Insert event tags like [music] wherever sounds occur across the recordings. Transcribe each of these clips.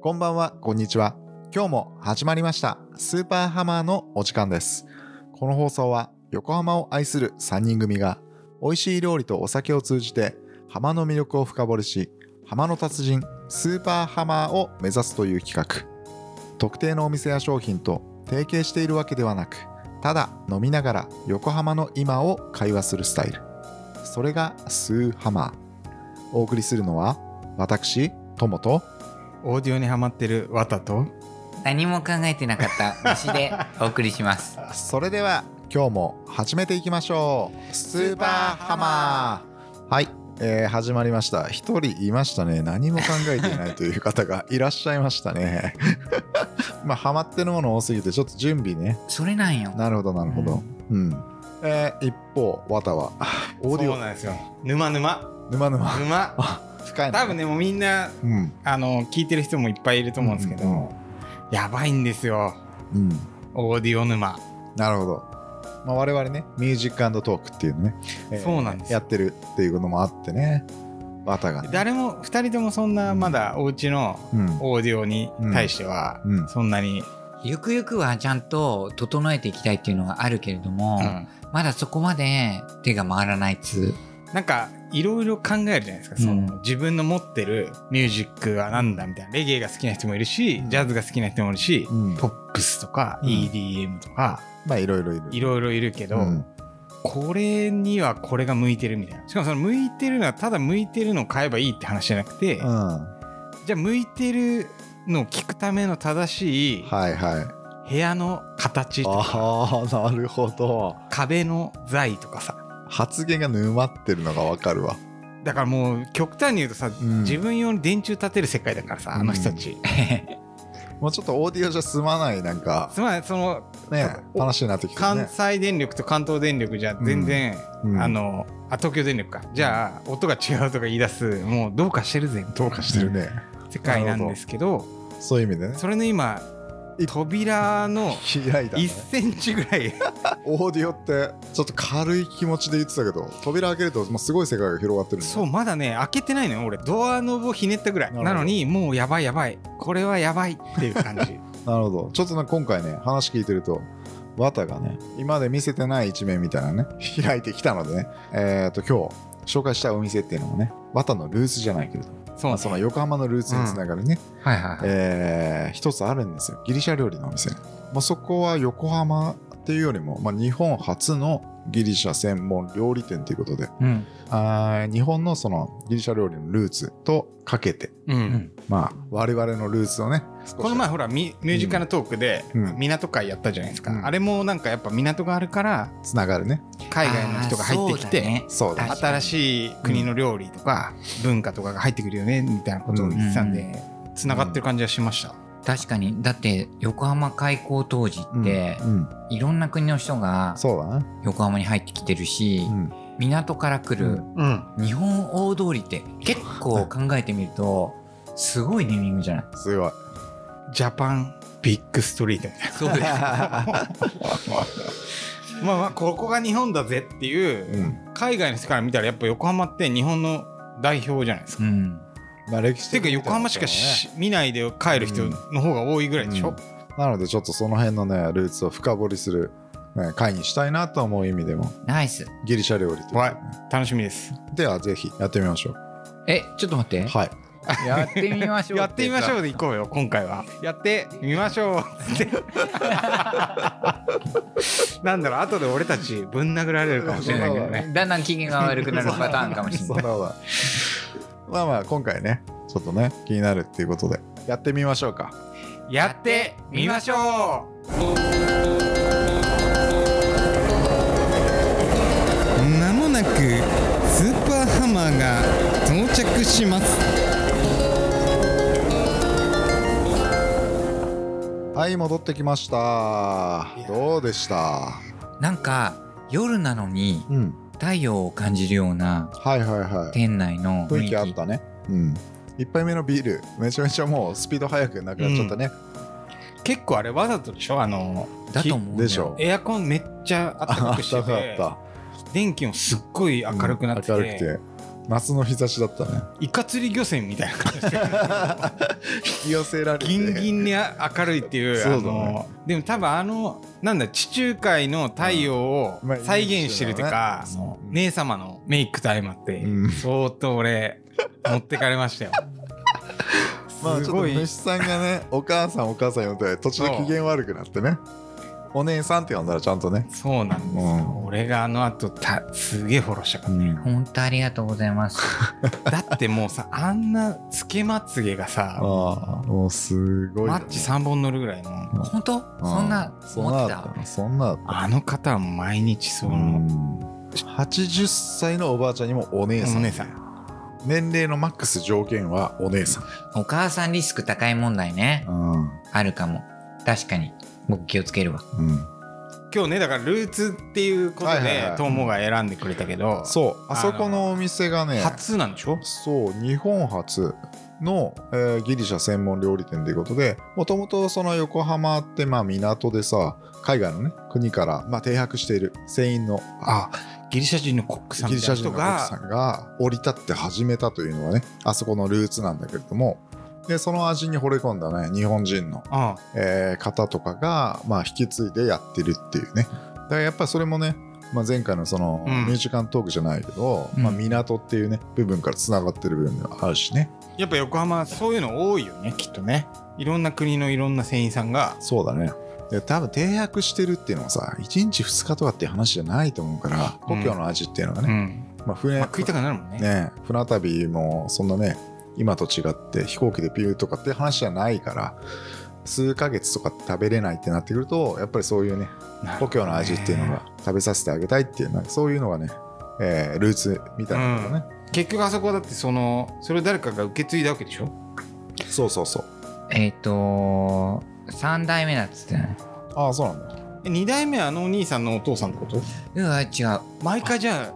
こんばんは、こんにちは。今日も始まりました、スーパーハマーのお時間です。この放送は、横浜を愛する3人組が、美味しい料理とお酒を通じて、ハマの魅力を深掘りし、ハマの達人、スーパーハマーを目指すという企画。特定のお店や商品と提携しているわけではなく、ただ飲みながら横浜の今を会話するスタイル。それがスーハマー。お送りするのは、私、ともと、オーディオにハマってるわたと何も考えてなかった虫でお送りします。それでは今日も始めていきましょうスーパーハマーはい、えー始まりました一人いましたね何も考えていないという方がいらっしゃいましたね [laughs] まあハマってるもの多すぎてちょっと準備ねそれなんよ。なるほどなるほどうん、えー一方わた [laughs] はオーディそうなんですよ沼沼オ沼沼沼 [laughs] 深いな多分ねもうみんなうんあの聞いてる人もいっぱいいると思うんですけど、やばいんですようんオーディオ沼なるほど、まあ、我々ねミュージックトークっていうのね、そうなんですよやってるっていうのもあってねわたがね誰も2人ともそんなまだお家のうんオーディオに対してはうんそんなに、ゆくゆくはちゃんと整えていきたいっていうのはあるけれども、うんまだそこまで手が回らないっつう。なんかいろいろ考えるじゃないですか、そのうん自分の持ってるミュージックはなんだみたいなレゲエが好きな人もいるしジャズが好きな人もいるし、うんポップスとかうん EDM とか、まあいろいろいる。いろいろいるけど、うんこれにはこれが向いてるみたいなしかもその向いてるのはただ向いてるのを買えばいいって話じゃなくて、うんはじゃあ向いてるのを聞くための正しいいはい。部屋の形とかああなるほど。壁の材とかさ発言が沼ってるのがわかるわ。だからもう極端に言うとさ、ん自分用に電柱立てる世界だからさあの人たち、もうちょっとオーディオじゃ済まないなんかつまりそのねお話になってきてる関ね。西電力と関東電力じゃ全然、うんあのあ東京電力かじゃあ音が違うとか言い出すもうどうかしてるぜどうかしてるね。世界なんですけどそういう意味でね。それの今い扉の開いたね1。センチぐらいオーディオってちょっと軽い気持ちで言ってたけど、扉開けるともうすごい世界が広がってるねそうまだね開けてないのよ俺ドアノブをひねったぐらいなるほどなのにもうやばいやばいこれはやばいっていう感 [laughs] じなるほど。ちょっとね今回ね話聞いてると。ワタがね今まで見せてない一面みたいなのね [laughs] 開いてきたのでねえっ、と今日紹介したいお店っていうのもねワタのルーツじゃないけれどそまうねあ、その横浜のルーツにつながるね、はいはえー一つあるんですよギリシャ料理のお店、まあ、そこは横浜っていうよりも、まあ、日本初のギリシャ専門料理店ということでい。うん。あー日本のそのギリシャ料理のルーツとかけて、うんんまあ、我々のルーツをねこの前ほらミミュージカルトークでうん港会やったじゃないですか、うんあれもなんかやっぱ港があるからつながるね海外の人が入ってきて、あーそうだそねうだ確か新しい国の料理とか文化とかが入ってくるよねみたいなことを言ってたんで、つながってる感じはしました、確かに。だって、横浜開港当時うんって、うん、いろんな国の人がそうだね、横浜に入ってきてるしう、ん、港から来る、うん、日本大通りって結構考えてみるとすごいネーミングじゃないすごいジャパンビッグストリートみたいそうですなまあまあここが日本だぜっていううん海外の人から見たらやっぱ横浜って日本の代表じゃないですか。うんまあ、歴史てい的うか横浜しかし見ないで帰る人の方が多いぐらいでしょ、なのでちょっとその辺のねルーツを深掘りする、ね、会にしたいなと思う意味でもナイスギリシャ料理というはい楽しみですではぜひやってみましょう。えちょっと待ってはい。やってみましょうやってみましょうで行こうよ今回はやってみましょう [laughs] ってなんだろう後で俺たちぶん殴られるかもしれないけどねだんだん機嫌が悪くなるパターンかもしれそうないだわ。 [laughs] まあまあ今回ねちょっとね気になるっていうことでやってみましょうか。やってみましょうまもなくスーパーハマーが到着しますはい戻ってきました。どうでした。なんか夜なのにうん。太陽を感じるようなはいはいはい。店内の雰雰囲囲気気あったね。うん。一杯目のビールめちゃめちゃもうスピード速くなくなっちゃったね。結構あれわざとでしょあのだと思うんだでよしょエアコンめっちゃ暖かくして [laughs] 暖かかて電気もすっごい明るくなってて明るくて。夏の日差しだったねイカ釣り漁船みたいな感じで引き寄せられてギンギンに明るいっていうそうだあねのでも多分あのなんだ地中海の太陽をうんまあ再現してるというか、イメージだよねうん姉様のメイクと相まって、うん相当俺持ってかれました [laughs] よまあちすょっごとい虫さんがねお母さんお母さん呼んで途中で機嫌悪くなってねお姉さんって呼んだらちゃんとねそうなんですよ、うん俺があの後たすげえフォローしたから、本当ありがとうございます。だってもうさあんなつけまつげがあさあもうすごいマッチ3本乗るぐらいの本当そんなそん思なってだったたそんなだったあの方は毎日その、 80歳のおばあちゃんにもお姉さおん姉さん年齢のマックス条件はお姉さん、お母さんリスク高い問題ね。うんあるかも。確かに。僕気をつけるわ。今日ねだからルーツっていうことはいはいはでいトモが選んでくれたけど、そうあそこのお店がね初なんでしょそう日本初の、えーギリシャ専門料理店ということでもともとその横浜ってまあ港でさ海外のね国からまあ停泊している船員のあギリシャ人のコックさんギみリたシいャな人の人お客さがんが降り立って始めたというのはねあそこのルーツなんだけれどもでその味に惚れ込んだね日本人のあえー方とかが、まあ、引き継いでやってるっていうねだからやっぱりそれもね、まあ、前回のその、うんミュージカルトークじゃないけど、うんまあ、港っていうね部分からつながってる部分ではあるしねやっぱ横浜そういうの多いよねきっとねいろんな国のいろんな船員さんがそうだねで多分停泊してるっていうのはさ1日2日とかっていう話じゃないと思うから故郷の味っていうのがうね、んまあ、船まあ、食いたくなるもんねね船旅もそんなね今と違って飛行機でピューとかって話じゃないから数ヶ月とか食べれないってなってくるとやっぱりそういうねなる故ほどね郷の味っていうのが食べさせてあげたいっていうなんかそういうのがね、えールーツみたいなのがね、結局あそこはだってそのそれを誰かが受け継いだわけでしょそうそうそうえっ、と三代目だっつってね。ああそうなんだ2代目はあのお兄さんのお父さんってことうわ、違う。毎回じゃ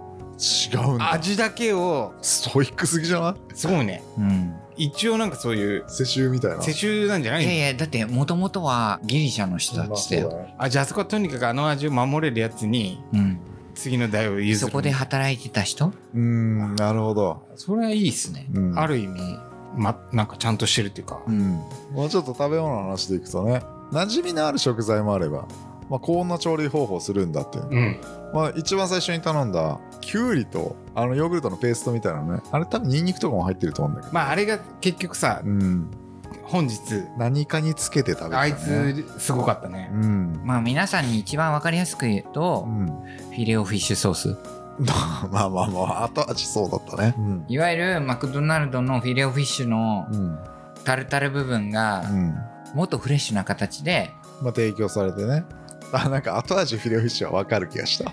違うんあだ味だけをストイックすぎじゃないすごいねうん。一応なんかそういう世襲みたいな世襲なんじゃないいやいや、だってもともとはギリシャの人だっつっまてあよ。そうだねあじゃああそこはとにかくあの味を守れるやつにうん。次の代を譲るそこで働いてた人うーんなるほど、それはいいっすね、うん、ある意味まなんかちゃんとしてるっていうか、うん、もうちょっと食べ物の話でいくとね馴染みのある食材もあれば、まあ、こんな調理方法するんだっていう、うん、まあ、一番最初に頼んだきゅうりとあのヨーグルトのペーストみたいなのねあれ多分ニンニクとかも入ってると思うんだけど、まああれが結局さうん、本日何かにつけて食べてた、ね、あいつすごかったねうん、まあ皆さんに一番わかりやすく言ううと、ん [laughs] フィレオフィッシュソース。まあまあまあまあ後味そうだったねうんいわゆるマクドナルドのフィレオフィッシュのうん、タルタル部分がまもっとフレッシュな形で [laughs] あ提供されてね [laughs] あなんか後味フィレオフィッシュは分かる気がした、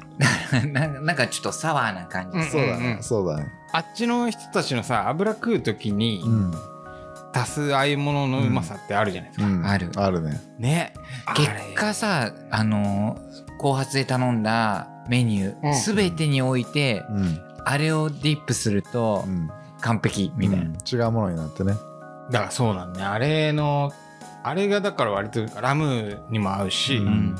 ななんかちょっとサワーな感じ、うんそうだね、そうだねあっちの人たちのさ油食う時にん、足すああいうもののうまさってあるじゃないですか、うんあるあるねね結果さあの後発で頼んだメニュうんー全てにおいて、うん、あれをディップするとうん、完璧みたいな、うん違うものになってねだからそうなんねあれのあれがだから割とラムにも合うし、うんうん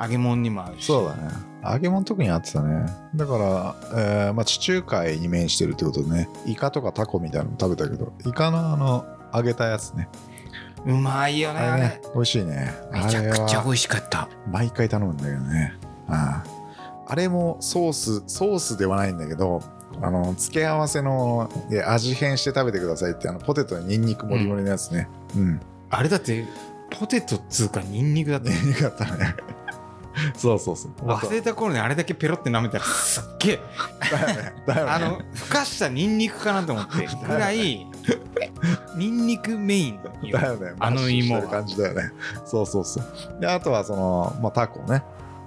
揚げ物にも合うしそうだね揚げ物特に合ってたねだから、えーまあ、地中海に面してるってことでねイカとかタコみたいなのも食べたけどイカのあの揚げたやつねうまいよねああれれね美味しいねめちゃくちゃ美味しかった毎回頼むんだけどねあああれもソースソースではないんだけどあの付け合わせのいや味変して食べてくださいってあのポテトにニンニクもりもりのやつねうんあれだってポテトっつうかニンニクだっ [laughs] てニンニクだったね [laughs] そうそうそう忘れた頃にあれだけペロって舐めたらすっげえだよねあのふかしたニンニクかなと思 [laughs] ってぐらいニンニクメインよだよねあの芋はマッシュしてる感じだよねそうそうそうであとはその、まあ、タコね、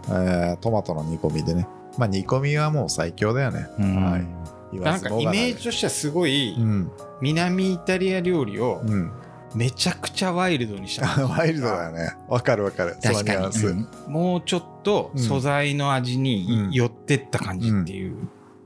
えートマトの煮込みでねまあ煮込みはもう最強だよねうんはい言なわんずかもイがなメーいジとしてはすごいうん南イタリア料理をうん [laughs] めちゃくちゃワイルドにしたワイルドだよねわかるわかるその確ニかュアンに、スうんもうちょっと素材の味うんに寄ってった感じっていう、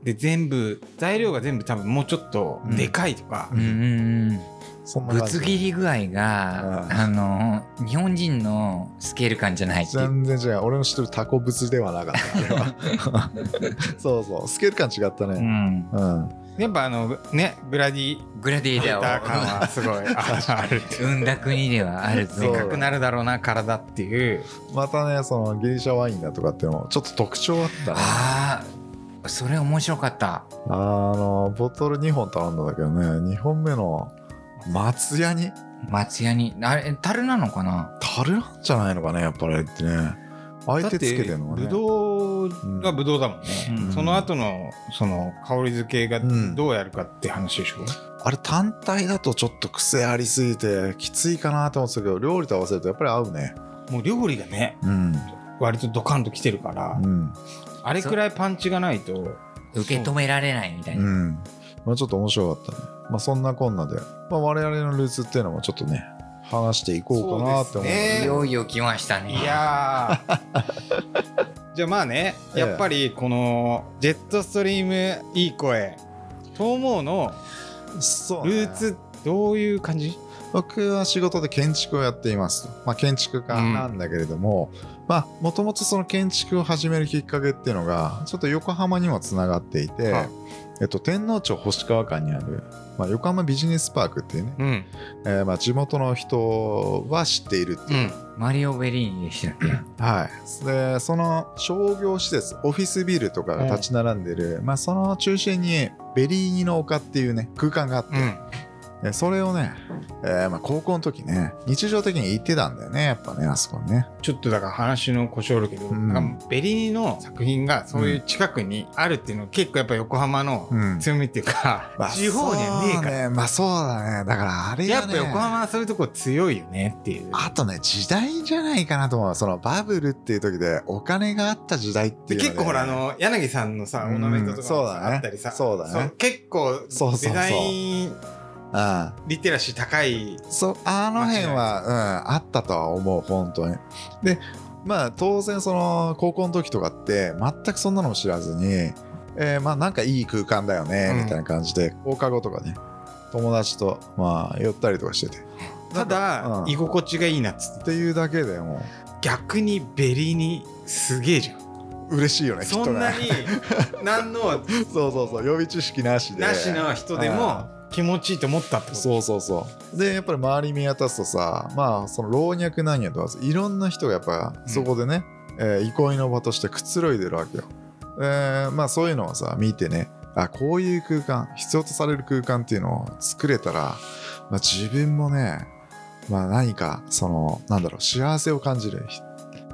で全部材料が全部多分もうちょっとでかいとか、ううんうんうんそんなぶ感じつ切り具合うがんあの日本人のスケール感じゃないっていう全然違う俺の知ってるタコブツではなかったあれはそうそうスケール感違ったうねんうん、やっぱあのねグラディグラディエーエータター感ーはすごいあるを生んだ国ではあるそうぞでかくなるだろうな体っていうまたねそのギリシャワインだとかっていうのもちょっと特徴あったねああそれ面白かったあのボトル2本頼んだんだけどね2本目の松屋に松屋にあれ樽なのかな樽なんじゃないのかねやっぱりあれってねあえてつけてるのがねぶどうがぶどうだもんね、うんその後のその香り付けがうんどうやるかって話でしょ、あれ単体だとちょっと癖ありすぎてきついかなと思ってたけど料理と合わせるとやっぱり合うねもう料理がねうん割とドカンときてるから、うんあれくらいパンチがないと受け止められないみたいな、うんまあちょっと面白かったねまあそんなこんなで、まあ、我々のルーツっていうのもちょっとね話していこうかなってそ思ううですねいよいよ来ましたねいやー [laughs] じゃあまあねええやっぱりこのジェットストリームいい声東毛のそうルねーツどういう感じ僕は仕事で建築をやっていますと、まあ、建築家なんだけれどももともとその建築を始めるきっかけっていうのがちょっと横浜にもつながっていて、はいえっと、天皇町星川間にある、まあ、横浜ビジネスパークっていうね、うんえーまあ地元の人は知っているってういう、んマリオベリーニでしたっけはい、でその商業施設オフィスビルとかが立ち並んでる、まあ、その中心にベリーニの丘っていうね空間があって、うんでそれをね、えーまあ高校の時ね日常的に行ってたんだよねやっぱねあそこねちょっとだから話の故障あるけど、うんなんかベリーニの作品がそういう近くにあるっていうのは結構やっぱ横浜のうん強みっていうか、まあ地方にはねえそうから、ねまあそうだねだからあれやがっねぱ横浜はそういうとこ強いよねっていうあとね時代じゃないかなと思うそのバブルっていう時でお金があった時代ってでいうのはね結構ほらあの柳さんのさうんオーナメントとかもそうさだねあったりさそうだね結そ構うそうそうデザインああリテラシー高いそうあの辺は、うん、あったとは思う本当にでまあ当然その高校の時とかって全くそんなのも知らずに、えーまあなんかいい空間だよね、うんみたいな感じで放課後とかね友達とまあ寄ったりとかしててただうん居心地がいいなっつっってていうだけでも逆にベリーニすげえじゃんう嬉しいよねきっそとんなねに何の [laughs] そうそうそう予備知識なしでなしの人でも気持ちいいと思ったってことそうそうそうでやっぱり周り見渡すとさまあその老若男女とかいろんな人がやっぱそこでね、えー憩いの場としてくつろいでるわけよ、えーまあそういうのをさ見てねあこういう空間必要とされる空間っていうのを作れたら、まあ、自分もねまあ何かそのなんだろう幸せを感じる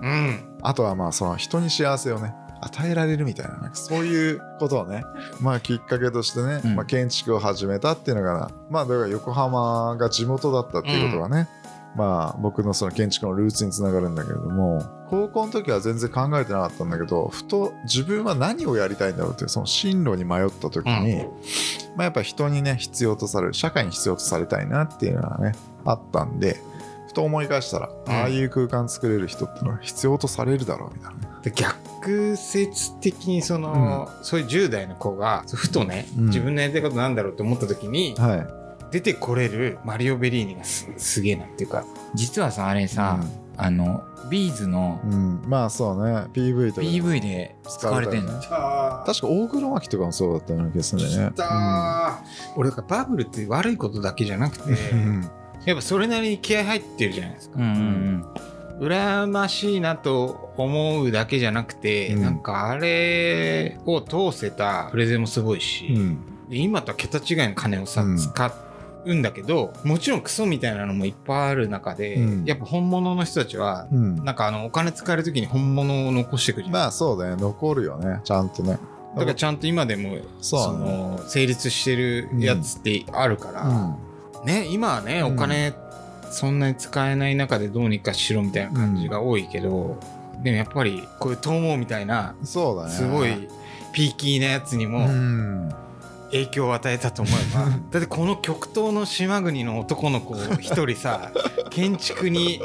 うんあとはまあその人に幸せをね与えられるみたいななんかそういうことをねまあきっかけとしてね、うんまあ、建築を始めたっていうのがまあだから横浜が地元だったっていうことがね、まあ僕のその建築のルーツにつながるんだけれども高校の時は全然考えてなかったんだけどふと自分は何をやりたいんだろうっていうその進路に迷った時に、まあ、やっぱ人にね必要とされる社会に必要とされたいなっていうのはねあったんでふと思い返したら、うんああいう空間作れる人ってのは必要とされるだろうみたいなねで逆説的にその、そういう10代の子がふとね、うん自分のやりたいことなんだろうって思った時に、はい出てこれるマリオ・ベリーニがすすげえなっていうか実はさあれさ、あのビーズのうん、まあそうね PV とかでも PV で使われてんのあ確か大黒摩季とかもそうだったような気がするんだよね俺だからバブルって悪いことだけじゃなくてうんやっぱそれなりに気合入ってるじゃないですか、うんうん羨ましいなと思うだけじゃなくて、うんなんかあれを通せたプレゼンもすごいし、うんで今とは桁違いの金をさ、うん使うんだけどもちろんクソみたいなのもいっぱいある中で、うんやっぱ本物の人たちは、うんなんかあのお金使える時に本物を残してくじゃん、まあそうだね残るよねちゃんとねだからちゃんと今でもそうその成立してるやつってあるから、ね今はねうおん金そんなに使えない中でどうにかしろみたいな感じが多いけど、でもやっぱりこういう東毛みたいなうん、そうだねすごいピーキーなやつにうもん影響を与えたと思 [laughs] えば、だってこの極東の島国の男の子を一人 [laughs] さ建築に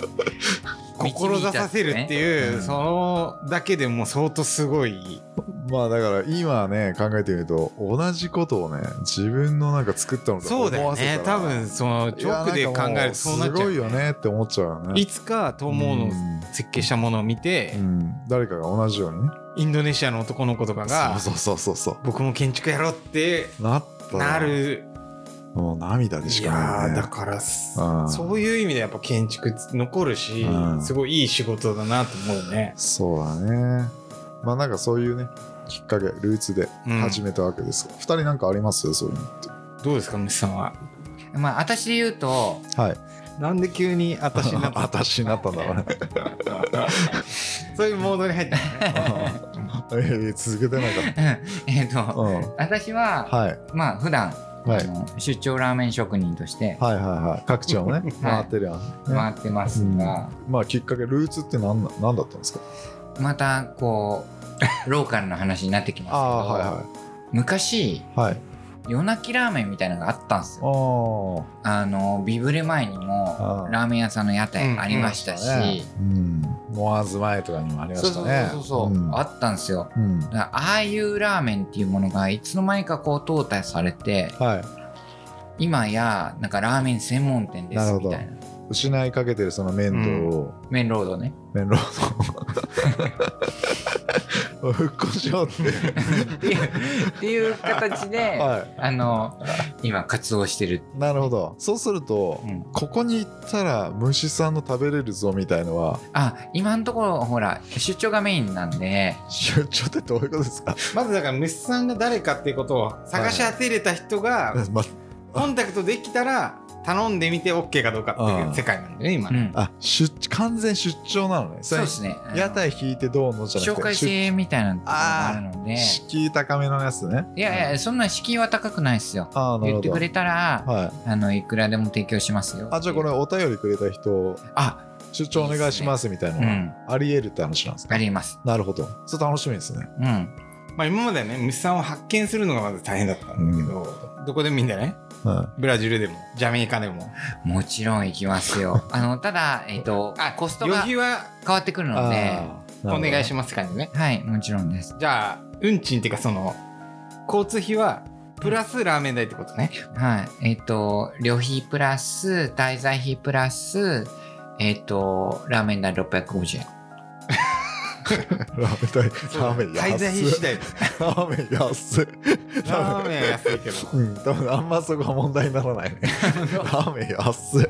志させるってい導いたってねうう、んそのだけでもう相当すごいまあだから今ね考えてみると同じことをね自分のなんか作ったのとそうだ思よわせたらね多分そのいチやョークで考えるとそうなっちゃうすごいよねって思っちゃうよねいつか東毛のうん設計したものを見て、うん誰かが同じようにねインドネシアの男の子とかがそうそうそうそうそ僕も建築やろうってうなったったなるもう涙でしいかないやよーねだからうんそういう意味でやっぱ建築残るしうんすごいいい仕事だなと思うねそうだねまあなんかそういうねきっかけルーツでうん始めたわけですが、二人なんかありますそういうのってどうですか虫さんはまあ私で言うと [laughs] はいなんで急に私になった [laughs] 私になったんだろうね [laughs] そういうモードに入った [laughs] えー続けてないえっかとうんはい私は、はいまあ普段、はあいの出張ラーメン職人としてはいはい各地を [laughs] ね回ってるやん、ね回ってますが、まあきっかけルーツって何な何だったんですかまたこうローカルな話になってきますけど、あ昔あーはいはいはい夜泣きラーメンみたいなのがあったんですあよーあのビブレ前にあもーラーメン屋さんの屋台ありましたし、ねうんモアーズ前とかにもありまそうしたそうねそうそう、んあったんですようんだからああいうラーメンっていうものがいつの間にかこう淘汰されてはい今やなんかラーメン専門店でなするほみどたいな失いかけてるその面倒を、メンロー [laughs] ドね面倒 [laughs] を復興しようってっていうっていう [laughs] 形で、はあの今活動してる、いなるほどそうすると、うんここに行ったら虫さんの食べれるぞみたいのはあ今のところほら出張がメインなんで出張ってどういうことですか、まずだから虫さんが誰かっていうことを探し当てれた人が [laughs] まコンタクトできたら頼んでみて OK かどうかっていう世界なんだよね今うねんあ出完全出張なのねそうれですねあの屋台引いてどうのじゃなくて紹介制みたいなのがあるので出敷居高めのやつねいやいやそんな敷居は高くないですよああなる言ほってどくれたら、はいあのいくらでも提供しますよあじゃあこれお便りくれた人あ出張お願いしますみたいなうのはんあり得るって話なんですあかりますなるほどそれ楽しみですねうんまあ今まではね虫さんを発見するのがまず大変だったんだけどどこでもいいんだよねはブラジルでもジャメイカでももちろん行きますよあのただえっ、とあコスト旅が費変はわってくるいのであーお願いしなるますって感じねはいもちろんですじゃあ運賃っていうかその交通費はプラスラーメン代ってことねはいえっ、と旅費プラス滞在費プラスえっ、とラーメン代650円ほどラーメン代 [laughs] ラーメン安い滞在費次第だねラーメン安い [laughs] ラーメンは安いけどうん多分あんまそこは問題になら [laughs] ないねラーメン安い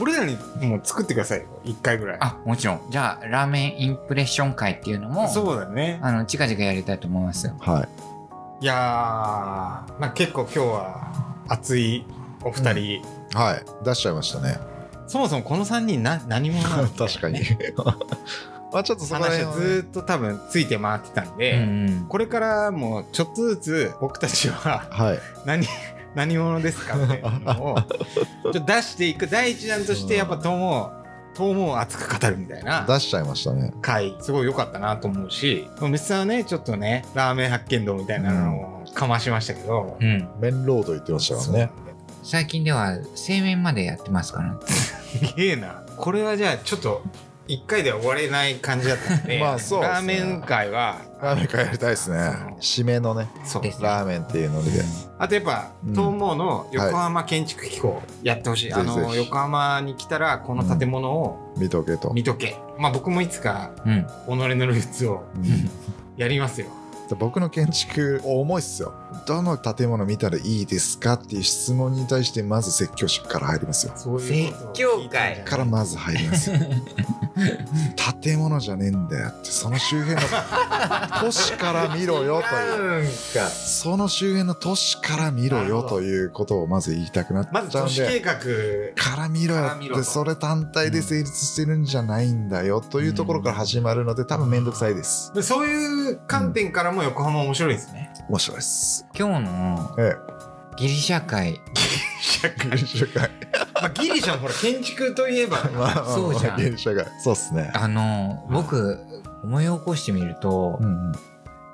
俺らにもう作ってくださいよ1回ぐらいあもちろんじゃあラーメンインプレッション会っていうのもそうだねあの近々やりたいと思いますよはいいやーなんか結構今日は熱いお二人、はい出しちゃいましたねそもそもこの3人な何者 [laughs] なの [laughs] 確か [laughs] にまあちょっとそこら話辺ははずねーっと多分ついて回ってたんうんうで、んこれからもうちょっとずつ僕たちははい何何者ですかっていうのをちょっと出していく第一弾としてやっぱ友を友を熱く語るみたいな出しちゃいましたね回すごい良かったなと思うしむつさんはねちょっとねラーメン発見道みたいなのをかましましたけど、うん面ロード行ってましたからね最近では製麺までやってますからすげえなこれはじゃあちょっと1回では終われない感じだったんで [laughs] まあそうですねラーメン界はラーメン会やりたいですね締めのねそうですねラーメンっていうのであとやっぱうん東毛の横浜建築機構やってほしい、はいあぜひのぜひ横浜に来たらこの建物を見とけと見とけ、まあ僕もいつかうん己のルーツをうんやりますよで僕の建築重いっすよどの建物見たらいいですかっていう質問に対してまず説教者から入りますよそういうことを聞いたんじゃない説からまず入り [laughs] ますよ建物じゃねえんだよってその周 [laughs] 辺の都市から見ろよといううんかその周辺の都市から見ろよということをまず言いたくなっまずちゃうん都市で計画から見ろよから見ろってとそれ単体で成立してるんじゃないんだよというところから始まるので多分面倒くさいですでそういう観点からも横浜面白いですね。面白いです今日のえギリシャ会え原社会 [laughs] まあ、ギリシャのほら建築といえばまあまあまあ [laughs] そうじゃん原社会そうっすねあの僕思い起こしてみると、うん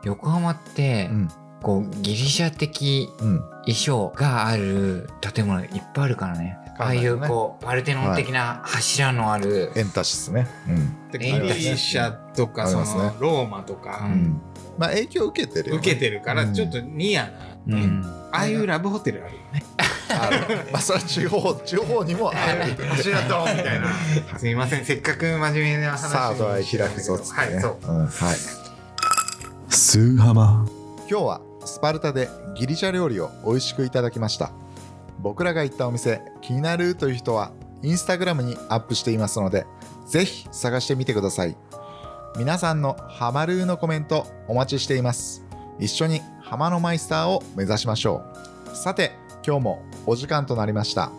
横浜って、うんこうギリシャ的うんうん衣装がある建物いっぱいあるからねああいうねこうパルテノン的な柱のある、エンタシスねうん、ギいいですねリシャとかありそますねのローマとかうんまあ影響受けてるよね受けてるからうんちょっとニアな、うんああいうラブホテルあるよ [laughs] ね。あるまあそれは地方地方にもある柱とみたいな。すみませんせっかく真面目な話さあドアへ開くぞっつってねはいそう。うんはいスーハマ今日はスパルタでギリシャ料理を美味しくいただきました僕らが行ったお店気になるという人はインスタグラムにアップしていますのでぜひ探してみてください皆さんのハマるーのコメントお待ちしています一緒にハマのマイスターを目指しましょうさて今日もお時間となりました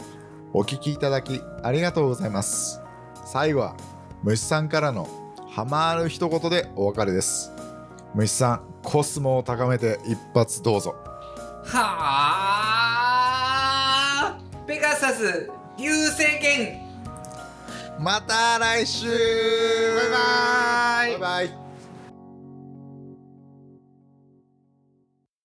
お聞きいただきありがとうございます最後は虫さんからのハマる一言でお別れです虫さんコスモを高めて一発どうぞはあペガサス流星剣また来週バイバーイバイバイ